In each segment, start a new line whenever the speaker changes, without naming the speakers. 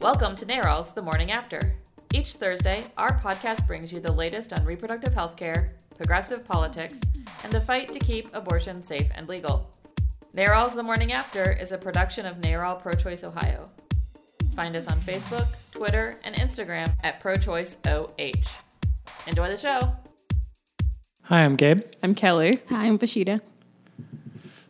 Welcome to NARAL's The Morning After. Each Thursday, our podcast brings you the latest on reproductive health care, progressive politics, and the fight to keep abortion safe and legal. NARAL's The Morning After is a production of NARAL Pro Choice Ohio. Find us on Facebook, Twitter, and Instagram at ProChoiceOH. Enjoy the show.
Hi, I'm Gabe.
I'm Kelly.
Hi, I'm Bashida.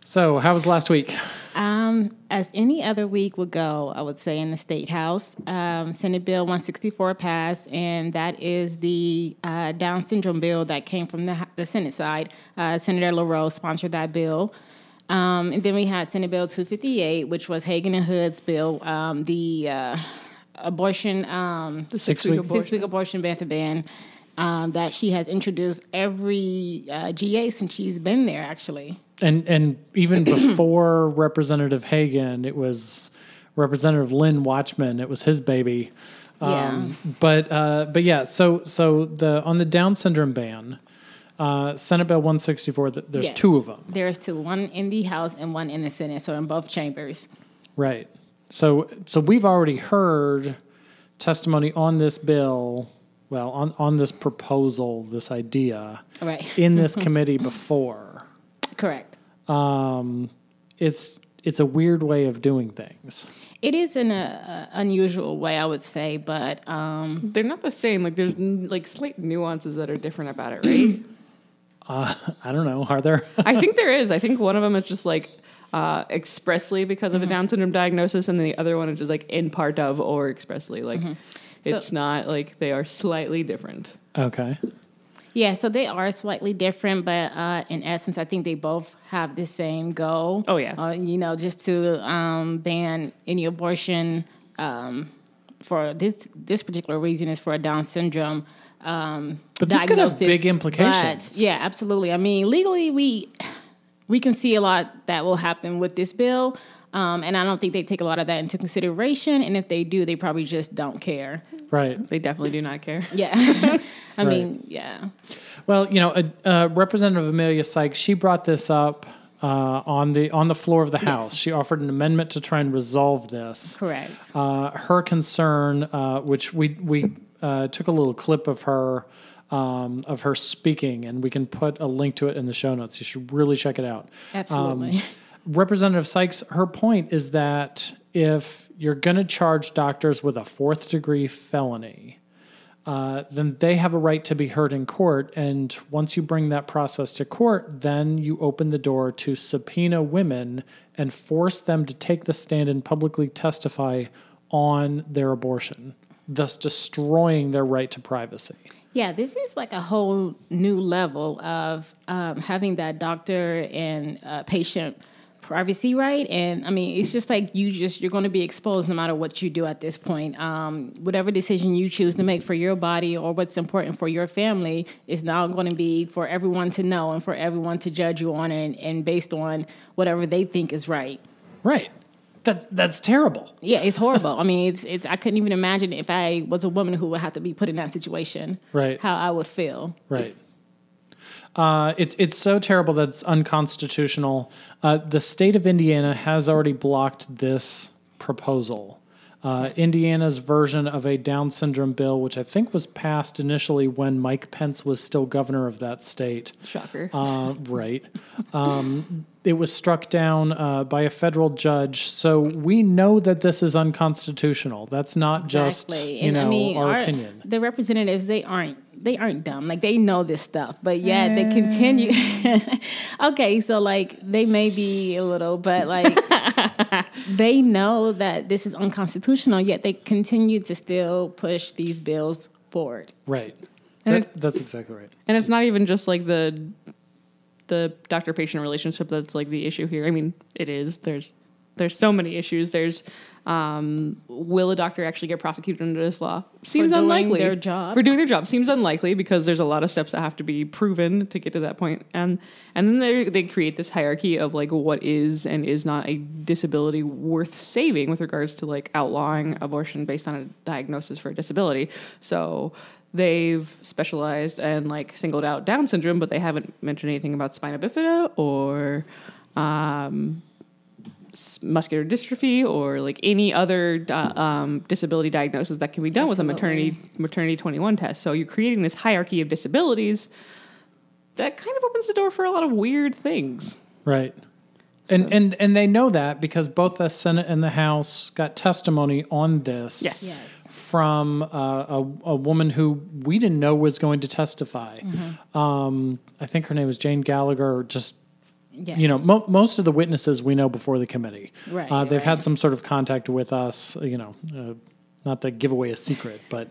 So, how was last week?
Um, as any other week would go, I would say in the State House, um, Senate Bill 164 passed, and that is the uh, Down syndrome bill that came from the, the Senate side. Uh, Senator LaRoe sponsored that bill. Um, and then we had Senate Bill 258, which was Hagan and Hood's bill, um, the uh, abortion, um, the
Six week
six week abortion ban to ban. Um, that she has introduced every uh, GA since she's been there, actually.
And and even before Representative Hagan, it was Representative Lynn Watchman. It was his baby. But uh, but yeah. So so the on the Down syndrome ban, uh, Senate Bill 164. th- There's
Yes.
two of them,
There's two, one in the House and one in the Senate, so in both chambers.
right? So so we've already heard testimony on this bill. Well, on on this proposal, this idea
Right.
in this committee before.
Correct.
it's it's a weird way of doing things.
It is in a, a unusual way, I would say, but um,
They're not the same. Like there's n- like slight nuances that are different about it, right?
I don't know. Are there?
I think there is. I think one of them is just like uh, expressly because of a Down syndrome diagnosis, and the other one is just like in part of or expressly. Like it's not like they are slightly different.
okay.
yeah, so they are slightly different, but uh, in essence, I think they both have the same goal.
Oh, yeah.
Uh, you know, just to um, ban any abortion um, for this this particular reason is for a Down syndrome. Um,
But this could have
diagnosis,
big
but-
implications.
yeah, absolutely. I mean, legally, we we can see a lot that will happen with this bill. Um, and I don't think they take a lot of that into consideration. And if they do, they probably just don't care.
Right.
They definitely do not care.
Yeah. I mean, yeah.
Well, you know, uh, uh, Representative Amelia Sykes she brought this up uh, on the on the floor of the House. She offered an amendment to try and resolve this.
Correct.
Uh, her concern, uh, which we we uh, took a little clip of her um, of her speaking, and we can put a link to it in the show notes. You should really check it out. Um,
Absolutely.
Representative Sykes, her point is that if you're going to charge doctors with a fourth degree felony, uh, then they have a right to be heard in court. And once you bring that process to court, then you open the door to subpoena women and force them to take the stand and publicly testify on their abortion, thus destroying their right to privacy.
yeah, this is like a whole new level of um, having that doctor and uh, patient privacy right and i mean it's just like you just you're going to be exposed no matter what you do at this point um, whatever decision you choose to make for your body or what's important for your family is now going to be for everyone to know and for everyone to judge you on and, and based on whatever they think is right
Right. That, that's terrible.
yeah it's horrible i mean it's, it's i couldn't even imagine if i was a woman who would have to be put in that situation
Right.
how i would feel
Right. Uh, it's it's so terrible that it's unconstitutional. Uh, the state of Indiana has already blocked this proposal. Uh, Indiana's version of a Down syndrome bill, which I think was passed initially when Mike Pence was still governor of that state,
Shocker.
uh, right. Um, it was struck down uh, by a federal judge. So we know that this is unconstitutional. That's not just
Exactly.
you know our, opinion.
The representatives, they aren't they aren't dumb. Like they know this stuff, but yet
Mm.
they continue. okay, so like they may be a little, but like they know that this is unconstitutional, yet they continue to still push these bills forward.
Right.
And
That- that's exactly right.
And it's not even just like the the doctor patient relationship that's like the issue here. I mean, it is. There's there's so many issues. There's um, will a doctor actually get prosecuted under this law? Seems
doing
unlikely.
their job.
For doing their job seems unlikely because there's a lot of steps that have to be proven to get to that point. And and then they they create this hierarchy of like what is and is not a disability worth saving with regards to like outlawing abortion based on a diagnosis for a disability. So they've specialized and like singled out Down syndrome, but they haven't mentioned anything about spina bifida or um, s- muscular dystrophy or like any other di- um, disability diagnosis that can be done with a maternity maternity 21 test. So you're creating this hierarchy of disabilities that kind of opens the door for a lot of weird things.
Right. And and and they know that because both the Senate and the House got testimony on this.
Yes.
Yes.
From uh, a, a woman who we didn't know was going to testify. Um, I think her name was Jane Gallagher. or Just
Yeah.
you know, mo- most of the witnesses we know before the committee.
Right,
Uh, they've
right.
had some sort of contact with us. You know, uh, not to give away a secret, but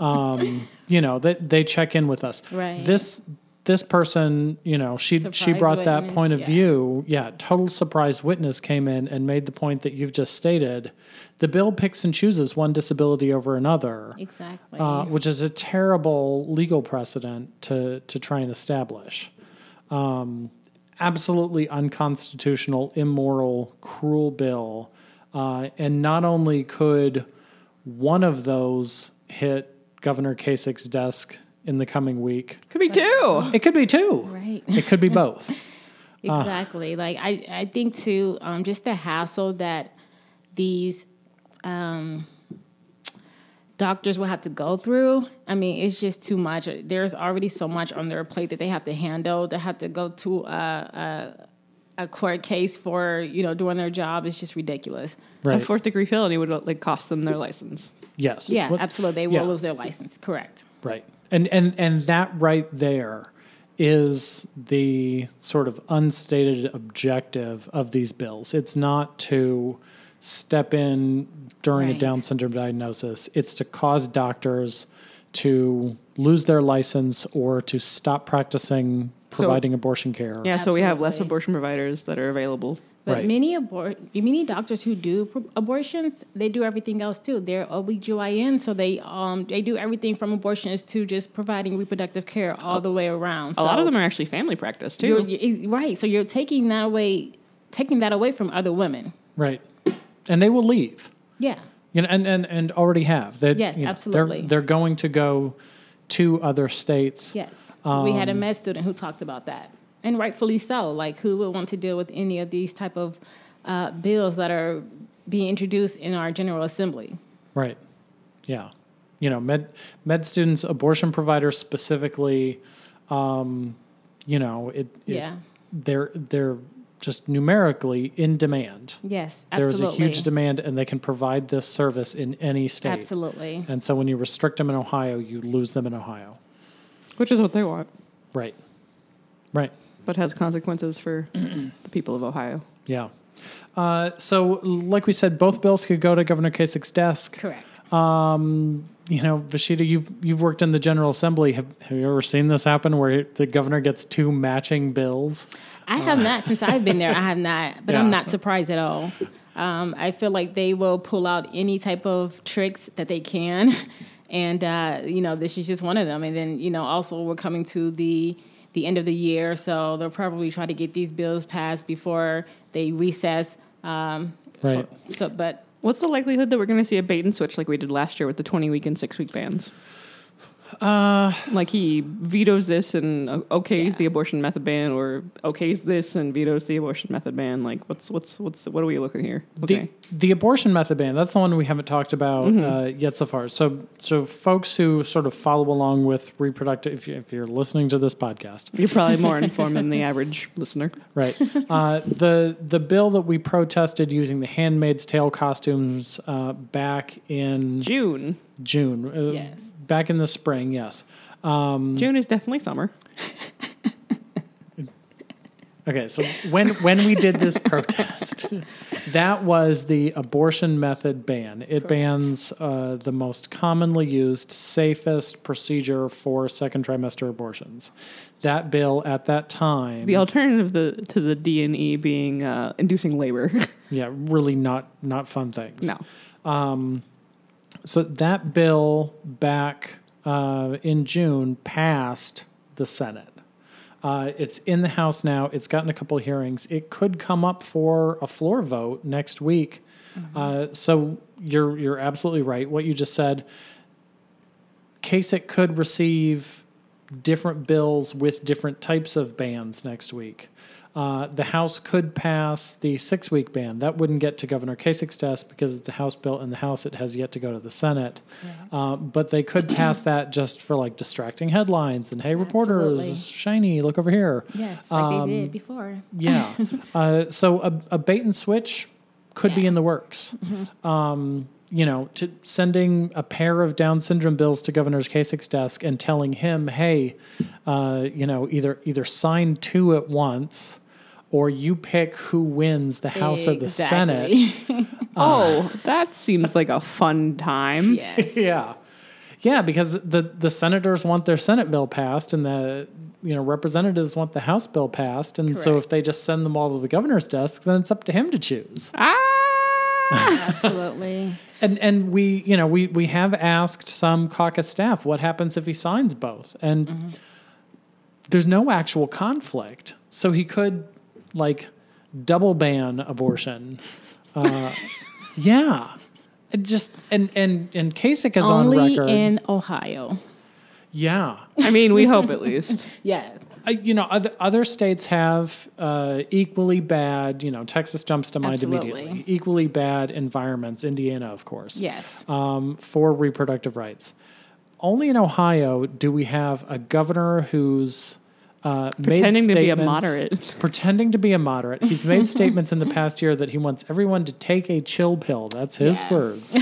um, you know, they they check in with us.
Right.
This this person, you know, she she
Surprise
brought that
witness,
point of
yeah.
view. Yeah, total surprise witness came in and made the point that you've just stated. The bill picks and chooses one disability over another.
Exactly.
Uh, which is a terrible legal precedent to to try and establish. Um, absolutely unconstitutional, immoral, cruel bill. Uh, and not only could one of those hit Governor Kasich's desk in the coming week,
Could be two.
it could be two.
Right.
It could be both. Ah.
Exactly. like I, I think too, um, just the hassle that these um, doctors will have to go through. I mean, it's just too much. There's already so much on their plate that they have to handle. They have to go to a, a, a court case for you know doing their job. It's just ridiculous.
Right.
A fourth degree felony would like cost them their license.
yes.
Yeah,
Well,
absolutely. They will
yeah.
lose their license. Correct.
Right. And and and that right there is the sort of unstated objective of these bills. It's not to step in during a
Right.
down syndrome diagnosis. It's to cause doctors to lose their license or to stop practicing providing abortion care.
Yeah, so we have less
Absolutely.
abortion providers that are available.
But
Right.
many abor- many doctors who do pro- abortions, they do everything else too. They're OBGYN, so they um they do everything from abortions to just providing reproductive care all the way around.
A lot of them are actually family practice too.
you're, you're- right. So you're taking that away, taking that away from other women.
Right. And they will leave.
Yeah,
You know, and, and, and already have. They,
Yes,
you know, they're-
absolutely.
They're, going to go to other states.
yes. we had a med student who talked about that, and rightfully so. Like, who would want to deal with any of these type of uh, bills that are being introduced in our general assembly?
Right. Yeah. You know, med med students, abortion providers specifically, um, you know, it, it-
Yeah.
they're they're just numerically in demand.
Yes,
There is
absolutely.
a huge demand and they can provide this service in any state.
Absolutely.
And so when you restrict them in Ohio, you lose them in Ohio.
which is what they want,
Right. Right.
but has consequences for the people of Ohio.
Yeah. Uh, so like we said, both bills could go to Governor Kasich's desk.
Correct.
you know, Vashita, you've you've worked in the General Assembly. Have, have you ever seen this happen where the governor gets two matching bills?
I have not since I've been there. I have not, but
Yeah.
I'm not surprised at all. Um, I feel like they will pull out any type of tricks that they can, and uh, you know this is just one of them. And then you know also we're coming to the the end of the year, so they'll probably try to get these bills passed before they recess. Um,
Right.
so, but
What's the likelihood that we're going to see a bait and switch like we did last year with the 20 week and six week bans? Uh, like he vetoes this and o- okays the abortion method ban, or okays this and vetoes the abortion method ban. Like, what's what's what's what are we looking here? Okay,
The, the abortion method ban, that's the one we haven't talked about uh, yet so far. So, so folks who sort of follow along with reproductive, if, you, if you're listening to this podcast,
you're probably more informed than the average listener.
Right. Uh, the the bill that we protested using the Handmaid's Tale costumes uh, back in
June,
June, uh,
Yes.
back in the spring, yes. um,
June is definitely summer.
Okay, so when when we did this protest, that was the abortion method ban. It bans uh, the most commonly used, safest procedure for second trimester abortions. That bill at that time,
The alternative the, to the D and E being uh, inducing labor.
yeah, really not not fun things. Um,
no,
So that bill back uh, in June passed the Senate. Uh, it's in the House now. It's gotten a couple of hearings. It could come up for a floor vote next week. Uh, so you're you're absolutely right. What you just said. Kasich could receive different bills with different types of bans next week. Uh, the House could pass the six week ban. That wouldn't get to Governor Kasich's desk because it's a House bill in the House. It has yet to go to the Senate. Uh, but they could pass that just for like distracting headlines and, hey, reporters,
Absolutely.
shiny, look over here.
Yes, like they
Um,
did before.
Yeah. uh, so a, a bait and switch could be
Yeah. Mm-hmm.
in the works. Um, you know, to sending a pair of Down syndrome bills to Governor Kasich's desk and telling him, "Hey, uh, you know, either either sign two at once, or you pick who wins the House or the Senate."
Exactly.
oh, that seems like a fun time.
yes.
Uh. yeah yeah because the the senators want their senate bill passed and the you know representatives want the house bill passed and so if
Correct.
they just send them all to the governor's desk then it's up to him to choose
Ah!
Absolutely.
and and we you know we we have asked some caucus staff what happens if he signs both and
Mm-hmm.
there's no actual conflict so he could like double ban abortion uh, yeah it just and and and Kasich is
Only
on record
in Ohio.
yeah
I mean, we hope at least.
Yeah.
Uh, you know, other other states have uh, equally bad. You know, Texas jumps to mind
Absolutely.
immediately. Equally bad environments. Indiana, of course.
Yes.
Um, for reproductive rights, only in Ohio do we have a governor who's. Uh,
Pretending
made
to be a
statements-
moderate.
Pretending to be a moderate. He's made statements in the past year that he wants everyone to take a chill pill. That's his
Yeah.
words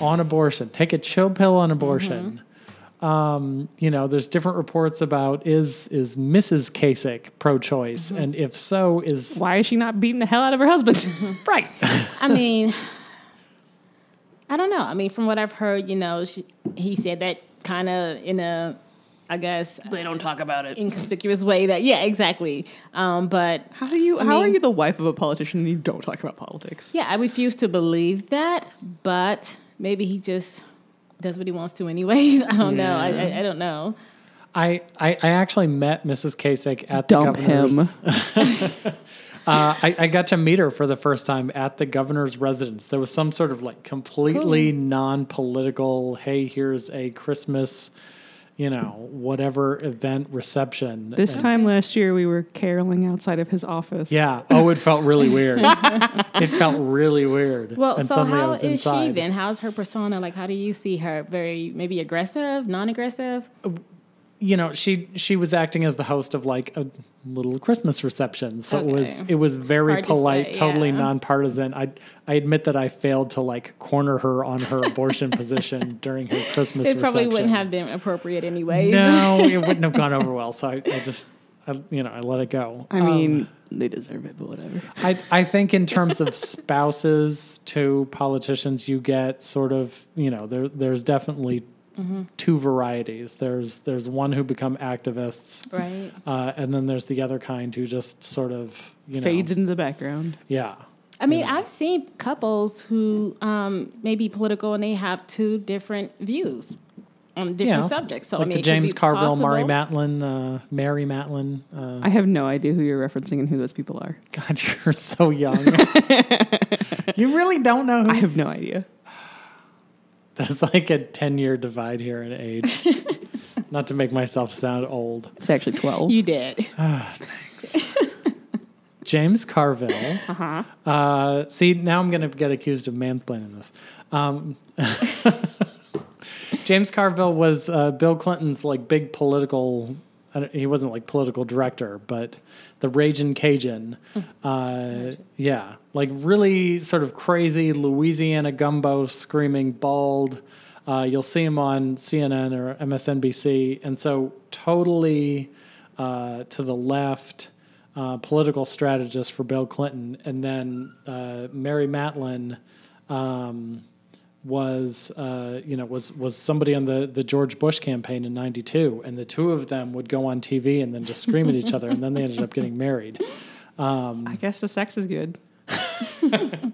on abortion. Take a chill pill on abortion
Mm-hmm.
Um, you know, there's different reports about is is Mrs. Kasich pro-choice,
Mm-hmm.
and if so, is
Why is she not beating the hell out of her husband?
right.
I mean, I don't know. I mean, from what I've heard, you know, she, he said that kind of in a, I guess,
they don't talk about it.
inconspicuous way that, yeah, exactly. Um, but
How do you? how are
mean-
you the wife of a politician and you don't talk about politics?
yeah, I refuse to believe that, but maybe he just does what he wants to, anyways. I don't know. I, I, I don't know.
I, I I actually met Mrs. Kasich at
Dump
the
him.
governor's. uh, I, I got to meet her for the first time at the governor's residence. There was some sort of like completely non-political. Hey, here's a Christmas, you know, whatever event reception.
This
And-
time last year, we were caroling outside of his office.
Yeah. Oh, it felt really weird. it felt really weird.
Well,
and
so
suddenly I
how
was
is she
inside.
then? How's her persona? Like, how do you see her? Very, maybe aggressive, non aggressive?
you know she she was acting as the host of like a little christmas reception so it was
Okay.
it was very
Hard to
polite
say,
totally
yeah.
nonpartisan i i admit that i failed to like corner her on her abortion position during her christmas
It probably
reception
wouldn't have been appropriate, anyways.
no it wouldn't have gone over well so i, I just I, you know i let it go Um,
I mean, they deserve it, but whatever.
I, I think in terms of spouses to politicians, you get sort of you know there there's definitely
Mm-hmm.
two varieties. There's there's one who become activists,
Right.
uh, and then there's the other kind who just sort of you know
Fades into the background.
Yeah,
I mean, I've seen couples who um, may be political and they have two different views on different
Yeah.
subjects. So
like
I mean,
the
it could
James
be
Carville, Mary
possible.
Matlin, uh, Mary Matlin. Uh,
I have no idea who you're referencing and who those people are.
God, you're so young. you really don't know.
I
Who-
have no idea.
There's like a ten year divide here in age. Not to make myself sound old.
It's actually 12.
You did.
James Carville.
Uh-huh.
Uh, see, now I'm going to get accused of mansplaining this. Um, James Carville was uh, Bill Clinton's like big political. I don't- He wasn't like political director, but the Ragin' Cajun, uh, yeah, like really sort of crazy Louisiana gumbo, screaming bald. Uh, you'll see him on CNN or MSNBC, and so totally uh, to the left uh, political strategist for Bill Clinton, and then uh, Mary Matlin um, was uh, you know was was somebody on the the George Bush campaign in '92, and the two of them would go on TV and then just scream at each other, and then they ended up getting married.
I guess the sex is good.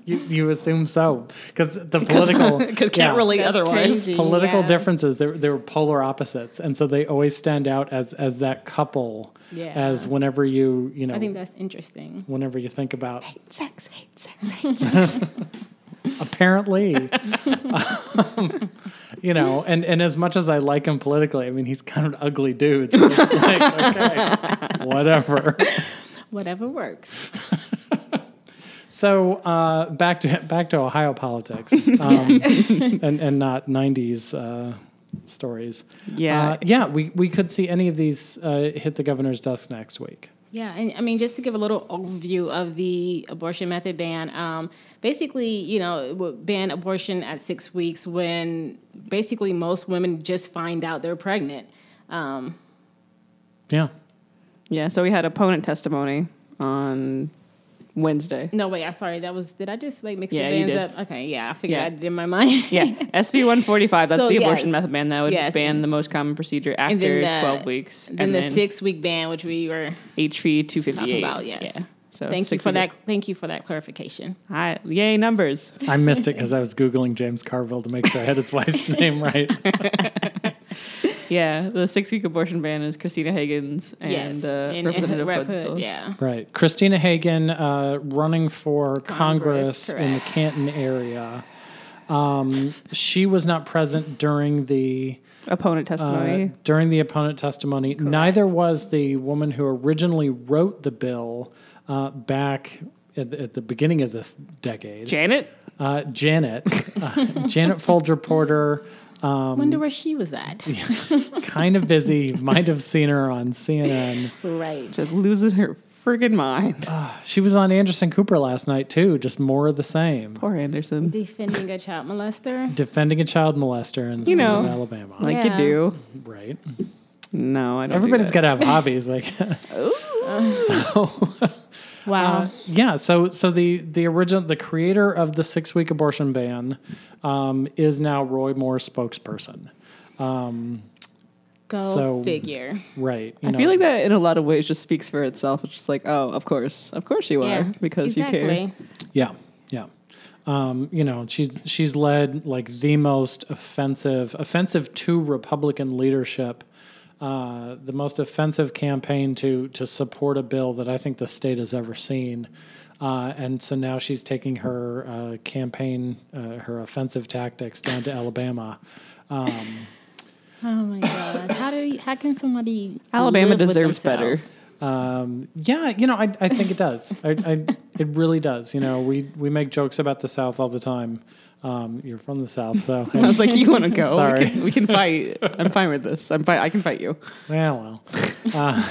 You, you assume so because the political
Because can't
yeah.
relate
That's
otherwise.
crazy,
political
yeah.
differences they, were- they were polar opposites and so they always stand out as as that couple
Yeah.
as whenever you you know
I think that's interesting.
whenever you think about
Sex, hate sex.
apparently Um, you know and and as much as i like him politically i mean he's kind of an ugly dude so it's like okay whatever
Whatever works.
So uh, back to back to Ohio politics, um, and and not '90s uh, stories.
Yeah.
uh, yeah. We we could see any of these uh, hit the governor's desk next week.
Yeah, and I mean, just to give a little overview of the abortion method ban, um, basically, you know, it would ban abortion at six weeks when basically most women just find out they're pregnant. Um,
Yeah.
Yeah, so we had opponent testimony on Wednesday.
no, wait, I'm sorry, that was, did I just like mix
Yeah,
the
you
bans
did.
up? Okay, yeah, I figured
Yeah.
I did in my mind.
Yeah, SB 145, that's
So,
the
yes.
abortion method ban that would
Yes.
ban the most common procedure
And
after
then the-
12 weeks.
Then the six week ban, which we were
HV 258.
talking about, yes.
Yeah. So
thank you
six
for
of
that.
it.
Thank you for that clarification.
Hi, yay, numbers.
I missed it because I was googling James Carville to make sure I had his wife's name right.
Yeah, the six week abortion ban is Christina Higgins and,
yes,
uh,
And- and
Representative
Rep
Hood.
Hood, yeah.
Right. Christina Hagan uh, running for Congress,
Congress,
in the Canton area. Um, she was not present during the
Opponent
uh,
testimony.
during the opponent testimony. Neither was the woman who originally wrote the bill uh, back at, at the beginning of this decade.
Janet?
uh, Janet, uh, Janet Folger Porter,
Um,
Wonder where she was at.
kind of busy. Might have seen her on CNN.
Right.
Just losing her friggin' mind.
Ah, She was on Anderson Cooper last night too. Just more of the same.
Poor Anderson.
Defending a child molester.
defending a child molester in the
You
state
know.
of Alabama.
Like you
Yeah.
do.
right.
No, I don't.
Everybody's got
do
to have hobbies, I guess.
Uh,
Uh,
Wow.
yeah. So, so the the original the creator of the six week abortion ban um, is now Roy Moore's spokesperson.
Go
so-
figure.
Right. you
I
know.
feel like that in a lot of ways just speaks for itself. It's just like, oh, of course, of course you are because you care.
Yeah. Yeah. Um, you know, she's she's led like the most offensive, offensive to Republican leadership, uh, the most offensive campaign to to support a bill that I think the state has ever seen. Uh, and so now she's taking her uh, campaign, uh, her offensive tactics down to Alabama.
Oh my gosh. How do you, how can somebody
Alabama
live with
deserves better.
themselves?
Um, yeah, you know, I, I think it does. I, I, it really does. You know, we, we make jokes about the South all the time. Um, you're from the South, so
I was like, you want to go?
Sorry.
We, can, we can fight. I'm fine with this. I'm fine. I can fight you.
Yeah, well. Uh,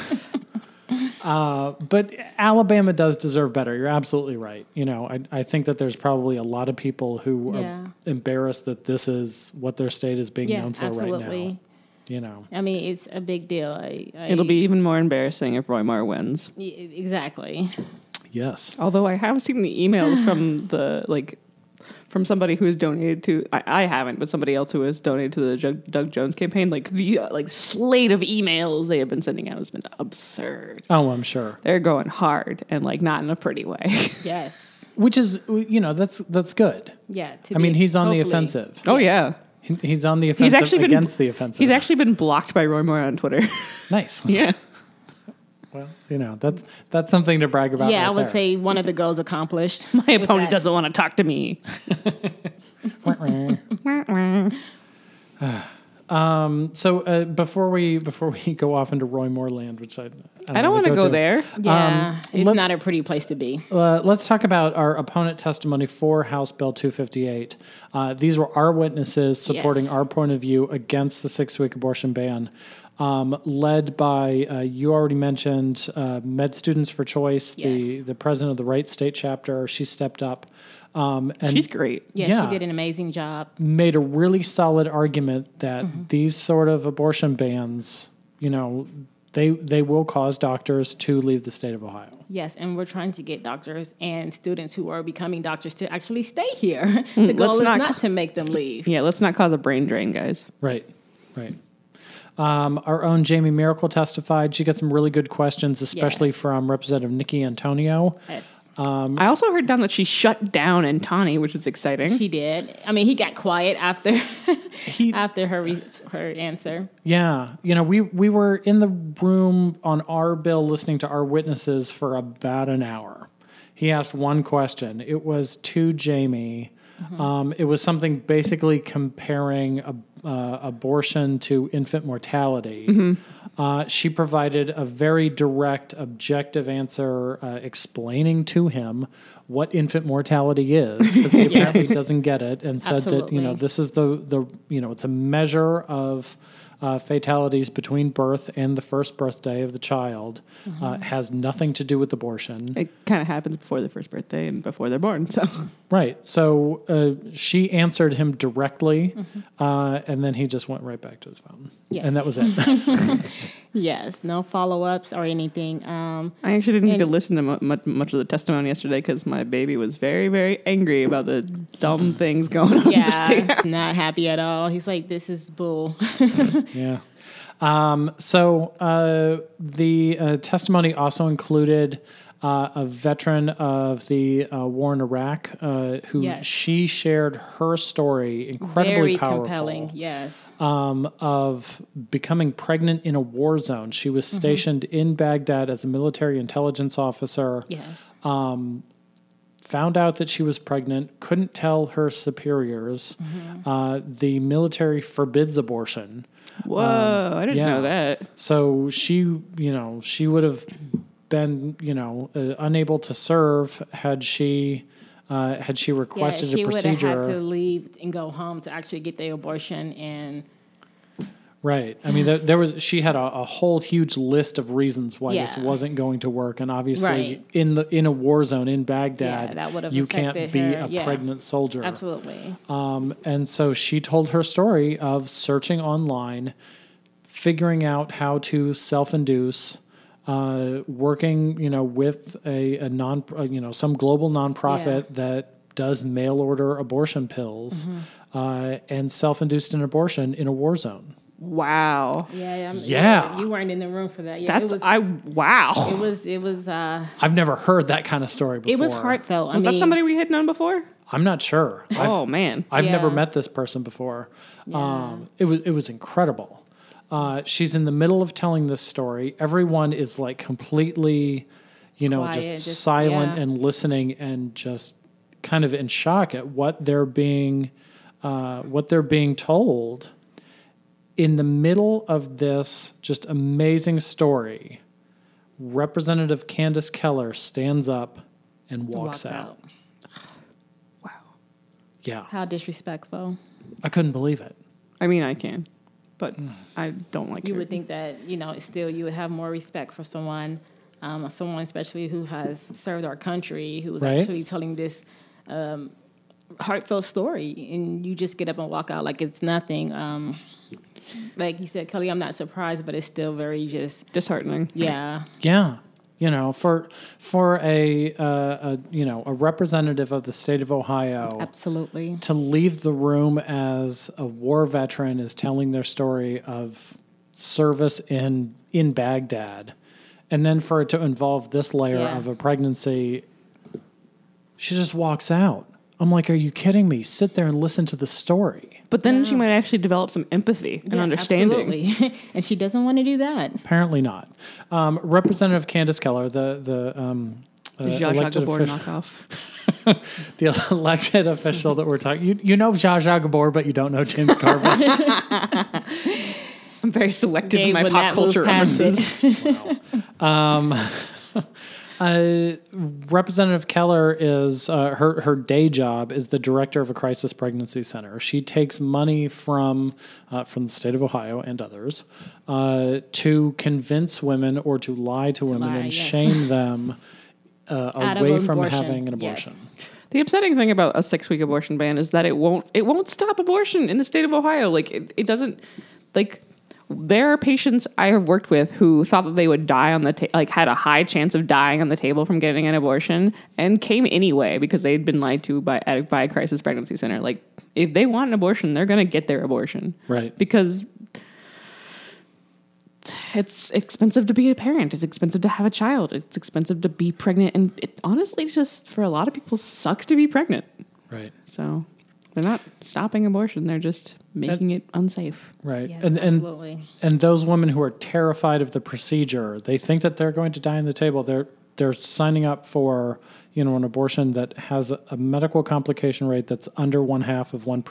uh, but Alabama does deserve better. You're absolutely right. You know, I, I think that there's probably a lot of people who
Yeah.
are embarrassed that this is what their state is being
Yeah,
known for right now.
absolutely.
You know,
I mean, it's a big deal. I, I,
It'll be even more embarrassing if Roy Moore wins.
Y- exactly.
yes.
Although I have seen the email from the like from somebody who has donated to I, I haven't, but somebody else who has donated to the Doug, Doug Jones campaign. Like the uh, like slate of emails they have been sending out has been absurd.
Oh, I'm sure.
They're going hard and like not in a pretty way.
Yes.
Which is, you know, that's that's good.
Yeah. To
I mean,
be-
he's on the
hopefully.
offensive.
oh yeah.
He- He's on the offensive
He's actually been
against the offensive.
He's actually been blocked by Roy Moore on Twitter.
nice.
yeah.
Well, you know, that's that's something to brag about.
Yeah,
right
I would
there.
say one of the goals accomplished.
My opponent
that.
doesn't want to talk to me.
So uh, before we before we go off into Roy Moore land, which I
I don't want to go,
to,
there.
Yeah, it's
Um, let-
not a pretty place to be.
Uh, let's talk about our opponent testimony for House Bill 258. Uh, these were our witnesses supporting
Yes.
our point of view against the six week abortion ban, um, led by, uh, you already mentioned, uh, Med Students for Choice, the,
Yes.
the president of the Wright State chapter. She stepped up um, and
She's great.
Yeah,
Yeah.
she did an amazing job.
made a really solid argument that these sort of abortion bans, you know, they, they will cause doctors to leave the state of Ohio.
Yes, and we're trying to get doctors and students who are becoming doctors to actually stay here.
Mm,
The goal is
not
not,
ca-
to make them leave.
Yeah, let's not cause a brain drain, guys.
Right, right. Um, our own Jamie Miracle testified. She got some really good questions, especially
Yes.
from Representative Nikki Antonio.
Yes. Um,
I also heard down that she shut down Antani, which is exciting.
She did. I mean, he got quiet after
He-
after her re- her answer.
Yeah, you know, we we were in the room on our bill listening to our witnesses for about an hour. He asked one question. It was to Jamie. Um, it was something basically comparing a, uh, abortion to infant mortality, uh, she provided a very direct, objective answer uh, explaining to him what infant mortality is because he apparently doesn't get it and said that you know
Absolutely.
this is the the you know it's a measure of uh, fatalities between birth and the first birthday of the child uh,
Mm-hmm.
has nothing to do with abortion.
It kind of happens before their first birthday and before they're born. So
Right. So uh, she answered him directly, uh, and then he just went right back to his phone.
Mm-hmm. Yes.
And that was it.
Yes, no follow ups or anything. Um,
I actually didn't need to
And-
listen to mu- much, much of the testimony yesterday because my baby was very, very angry about the dumb things going on upstairs.
yeah, not happy at all. He's like, this is bull.
yeah. Um, so uh, the uh, testimony also included uh, a veteran of the uh, war in Iraq uh, who
Yes.
she shared her story, incredibly
Very
powerful.
compelling. Yes.
um, of becoming pregnant in a war zone. She
Mm-hmm.
was stationed in Baghdad as a military intelligence officer.
Yes.
Found out that she was pregnant, couldn't tell her superiors.
Mm-hmm.
Uh, the military forbids abortion.
Um,
Whoa, I didn't
yeah.
know that.
So she, you know, she would have been, you know, uh, unable to serve had she. Uh, had she
Yeah,
requested
she
a
would have
procedure,
had to leave and go home to actually get the abortion. And
Right. I mean, there, there was she had a, a whole huge list of reasons why this
Yeah.
wasn't going to work, and obviously
Right.
in the in a war zone in Baghdad,
Yeah, that would have
you can't
affected
be
her.
a
Yeah.
pregnant soldier.
absolutely.
Um, and so she told her story of searching online, figuring out how to self-induce, uh, working, you know, with a, a non, uh, you know, some global nonprofit that does mail-order abortion pills,
Mm-hmm.
uh, and self-induced an abortion in a war zone.
Wow.
Yeah. I'm,
Yeah.
You weren't in the room for that. Yeah.
That's,
it was,
I, wow.
It was. It was. Uh,
I've never heard that kind of story before.
it was heartfelt. I
Was
mean,
that somebody we had known before?
I'm not sure.
oh, man.
I've never
Yeah.
met this person before. Um, it was it was incredible. Uh, she's in the middle of telling this story. Everyone is like completely, you know,
Quiet,
just,
just-
silent
yeah.
and listening and just kind of in shock at what they're being uh, what they're being told. In the middle of this just amazing story, Representative Candace Keller stands up and walks,
walks
out.
out.
Wow.
Yeah,
How disrespectful.
I couldn't believe it.
I mean, I can, but I don't like
Mm. You
her.
would think that you know, still, you would have more respect for someone, um, someone especially who has served our country, who was
Right.
actually telling this um, heartfelt story, and you just get up and walk out like it's nothing. Um, like you said, Kelly, I'm not surprised, but it's still very just,
Disheartening.
yeah,
Yeah, you know, for for a, uh, a you know a representative of the state of Ohio
Oh.
absolutely.
to leave the room as a war veteran is telling their story of service in in Baghdad, and then for it to involve this layer
Yeah.
of a pregnancy, she just walks out. I'm like, are you kidding me? Sit there and listen to the story.
But then she might actually develop some empathy and
Yeah,
understanding.
absolutely. and she doesn't want to do that.
Apparently not. Um, Representative Candace Keller, the the um, uh,
Zsa Zsa
elected
Gabor
official-
knockoff.
the elected official that we're talking. You, you know Zsa Zsa Gabor, but you don't know James Carville.
I'm very selective
Gabe
in my
would
pop
not move
culture
past it.
references.
uh, Representative Keller is uh, her her day job is the director of a crisis pregnancy center. She takes money from uh, from the state of Ohio and others uh, to convince women or to lie to women
lie,
and
yes.
shame them uh,
Out of
away from
abortion,
having an
yes.
abortion.
The upsetting thing about a six-week abortion ban is that it won't it won't stop abortion in the state of Ohio. Like it, it doesn't like there are patients I have worked with who thought that they would die on the ta- like had a high chance of dying on the table from getting an abortion and came anyway because they'd been lied to by at, by a crisis pregnancy center. Like if they want an abortion, they're going to get their abortion.
Right.
Because it's expensive to be a parent. It's expensive to have a child. It's expensive to be pregnant, and it honestly just for a lot of people sucks to be pregnant.
Right.
So they're not stopping abortion; they're just making it unsafe.
Right.
Yeah,
and and
absolutely.
and those women who are terrified of the procedure, they think that they're going to die on the table. They're they're signing up for you know an abortion that has a medical complication rate that's under one half of one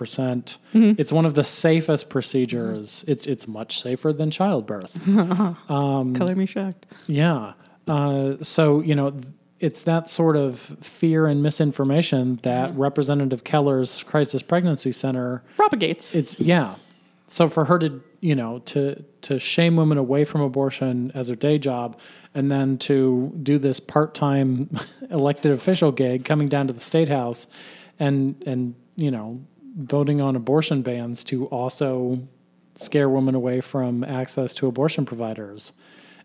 It's one of the safest procedures. It's it's much safer than childbirth. Mm-hmm.
Color me shocked.
Yeah. Uh, so, you know, it's that sort of fear and misinformation that Representative Keller's Crisis Pregnancy Center
Propagates.
it's yeah. So for her to, you know, to to shame women away from abortion as her day job and then to do this part-time elected official gig coming down to the state house and and, you know, voting on abortion bans to also scare women away from access to abortion providers.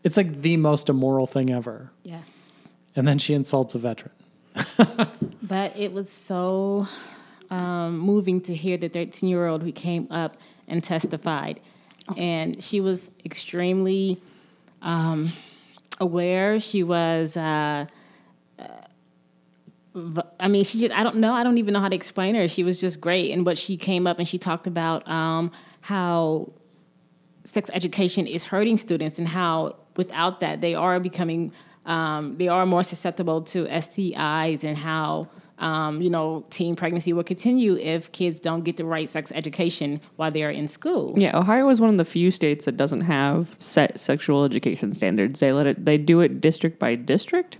It's like the most immoral thing ever.
Yeah.
And then she insults a veteran.
But it was so um, moving to hear the 13 year old who came up and testified. And she was extremely um, aware. She was, uh, uh, v- I mean, she just, I don't know, I don't even know how to explain her. She was just great. And what she came up and she talked about um, how sex education is hurting students and how without that they are becoming um, they are more susceptible to STIs and how um, you know teen pregnancy will continue if kids don't get the right sex education while they are in school.
Yeah, Ohio is one of the few states that doesn't have set sexual education standards. They let it they do it district by district,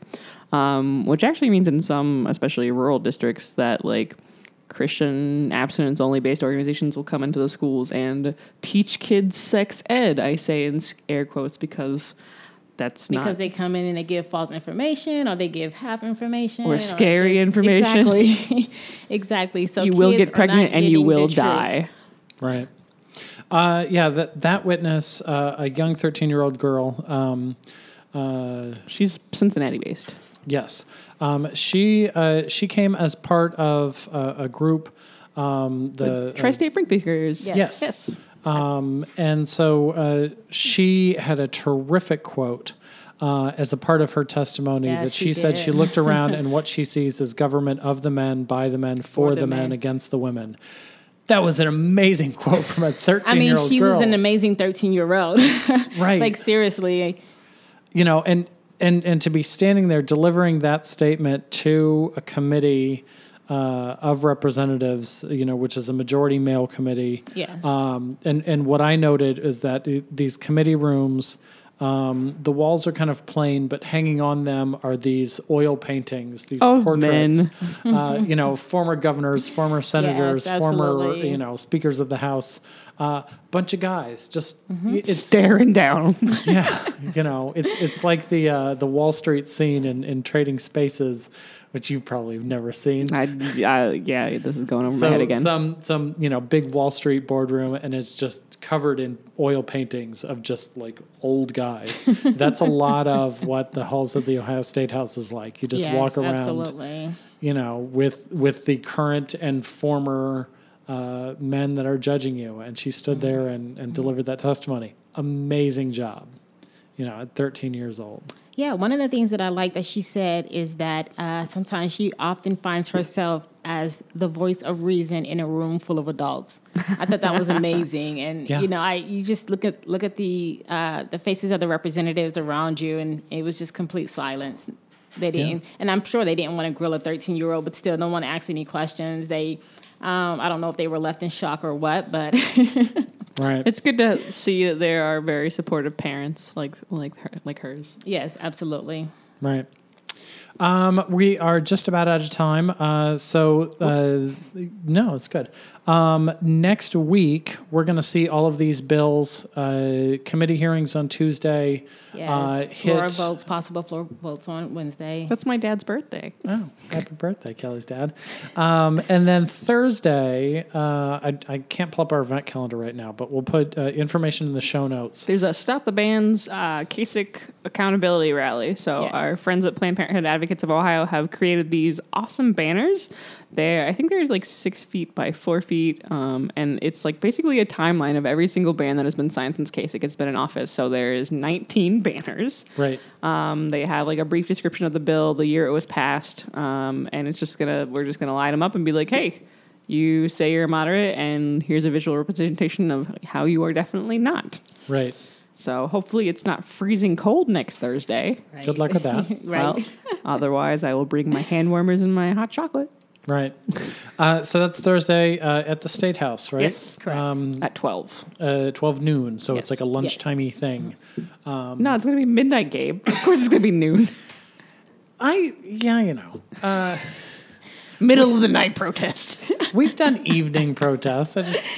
um, which actually means in some, especially rural districts, that like Christian abstinence only based organizations will come into the schools and teach kids sex ed. I say in s- air quotes because that's
Because
not
they come in and they give false information, or they give half information,
Or scary information.
Exactly, exactly. So
you will
kids are
get
not
pregnant and you
getting the
will
truth.
die.
Right. Uh, yeah, that that witness, uh, a young thirteen-year-old girl. Um, uh,
She's Cincinnati based.
yes, um, she uh, she came as part of uh, a group. Um, the
Tri State Brink Thinkers.
Yes.
Yes.
Yes.
um, and so uh, she had a terrific quote uh, as a part of her testimony
Yeah,
that she,
she
said
did.
she looked around and what she sees is government of the men, by the men, for, the, men, against the women. That was an amazing quote from a
I mean,
thirteen-year-old girl.
she was an amazing thirteen-year-old.
Right.
like seriously,
you know and and and to be standing there delivering that statement to a committee uh, of representatives you know which is a majority male committee
Yeah.
um, and and what i noted is that i- these committee rooms um, the walls are kind of plain, but hanging on them are these oil paintings, these
Oh,
Of
portraits.
men.
Uh, you know, former governors, former senators, former
absolutely.
you know speakers of the house, uh, bunch of guys just
Mm-hmm.
it's
Staring down.
yeah, you know, it's it's like the uh, the Wall Street scene in, in Trading Spaces, which you've probably never seen.
I, I, yeah, this is going over my head
So
again.
some some you know big Wall Street boardroom, and it's just covered in oil paintings of just like old guys. That's a lot of what the halls of the Ohio State House is like. You just
Yes,
walk around,
Absolutely,
you know, with with the current and former uh, men that are judging you. And she stood there and, and delivered that testimony. Amazing job, you know, at 13 years old.
Yeah, one of the things that I like that she said is that uh, sometimes she often finds herself as the voice of reason in a room full of adults. I thought that was amazing, and
Yeah.
you know, I you just look at look at the uh, the faces of the representatives around you, and it was just complete silence. They didn't, and I'm sure they didn't want to grill a 13 year old, but still don't want to ask any questions. They, um, I don't know if they were left in shock or what, but
Right.
It's good to see that there are very supportive parents like like her, like hers.
yes, absolutely.
right. Um, we are just about out of time. Uh, so, uh, no, it's good. Um, next week, we're going to see all of these bills, uh, committee hearings on Tuesday.
Yes,
Uh,
floor
hit-
votes, possible floor votes on Wednesday.
That's my dad's birthday.
Oh, happy birthday, Kelly's dad. Um, and then Thursday, uh, I, I can't pull up our event calendar right now, but we'll put uh, information in the show notes.
There's a Stop the Ban's uh, Kasich accountability rally. So
Yes.
our friends at Planned Parenthood Advocates of Ohio have created these awesome banners. They're I think they're like six feet by four feet, um, and it's like basically a timeline of every single ban that has been signed since Kasich has been in office. So there's 19 banners.
Right.
Um, they have like a brief description of the bill, the year it was passed, um, and it's just gonna we're just gonna line them up and be like, hey, you say you're a moderate, and here's a visual representation of how you are definitely not.
Right.
So hopefully it's not freezing cold next Thursday.
Good luck with that.
Right.
Well, otherwise, I will bring my hand warmers and my hot chocolate
Right. Uh, so that's Thursday uh, at the State House, right?
Yes,
correct.
Um,
at 12.
uh, 12 noon. So it's
Yes, Mm-hmm.
like a lunchtimey thing.
Um,
no, it's going to be midnight, Gabe. Of course, it's going to be noon.
I, yeah, you know. Uh,
Middle of the night protest.
we've done evening protests. I just,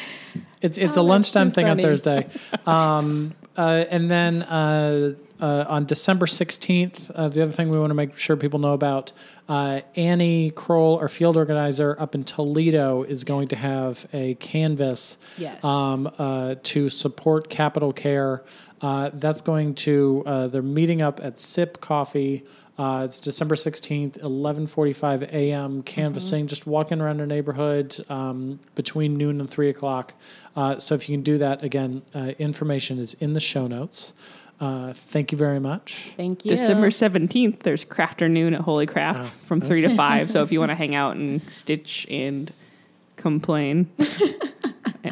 it's it's
Oh,
a
that's
lunchtime
too
thing on
funny.
Thursday. Um, uh, and then uh, uh, on December 16th, uh, the other thing we want to make sure people know about uh, Annie Kroll, our field organizer up in Toledo, is going to have a canvas
Yes.
um, uh, to support Capital Care. Uh, that's going to uh, they're meeting up at Sip Coffee. Uh, it's December sixteenth, eleven forty-five a.m. Canvassing,
Mm-hmm.
just walking around our neighborhood um, between noon and three o'clock. Uh, so if you can do that again, uh, information is in the show notes. Uh, thank you very much.
Thank you.
December 17th, there's Crafter Noon at Holy Craft from 3 to 5. so if you want to hang out and stitch and complain,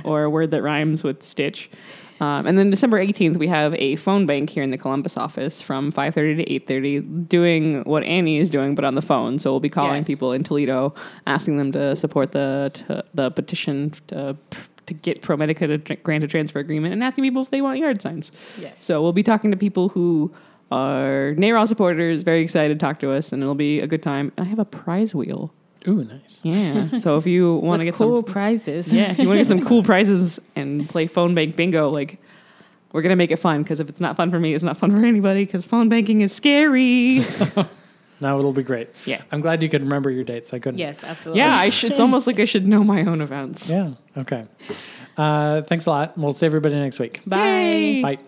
or a word that rhymes with stitch. Um, and then December 18th, we have a phone bank here in the Columbus office from 5.30 to 8.30 doing what Annie is doing, but on the phone. So we'll be calling
Yes.
people in Toledo, asking them to support the to, the petition to, to get ProMedica to tr- grant a transfer agreement and asking people if they want yard signs.
Yes.
So we'll be talking to people who are NARAL supporters, very excited to talk to us, and it'll be a good time. And I have a prize wheel.
Ooh, nice.
Yeah. so if you want to
With
get some
cool prizes.
yeah, if you want to get some cool prizes and play phone bank bingo, like we're gonna make it fun because if it's not fun for me, it's not fun for anybody because phone banking is scary.
Now it'll be great.
Yeah.
I'm glad you could remember your dates. I couldn't.
Yes, absolutely.
yeah, I should, it's almost like I should know my own events.
Yeah. Okay. Uh, thanks a lot. We'll see everybody next week.
Bye.
Yay.
Bye.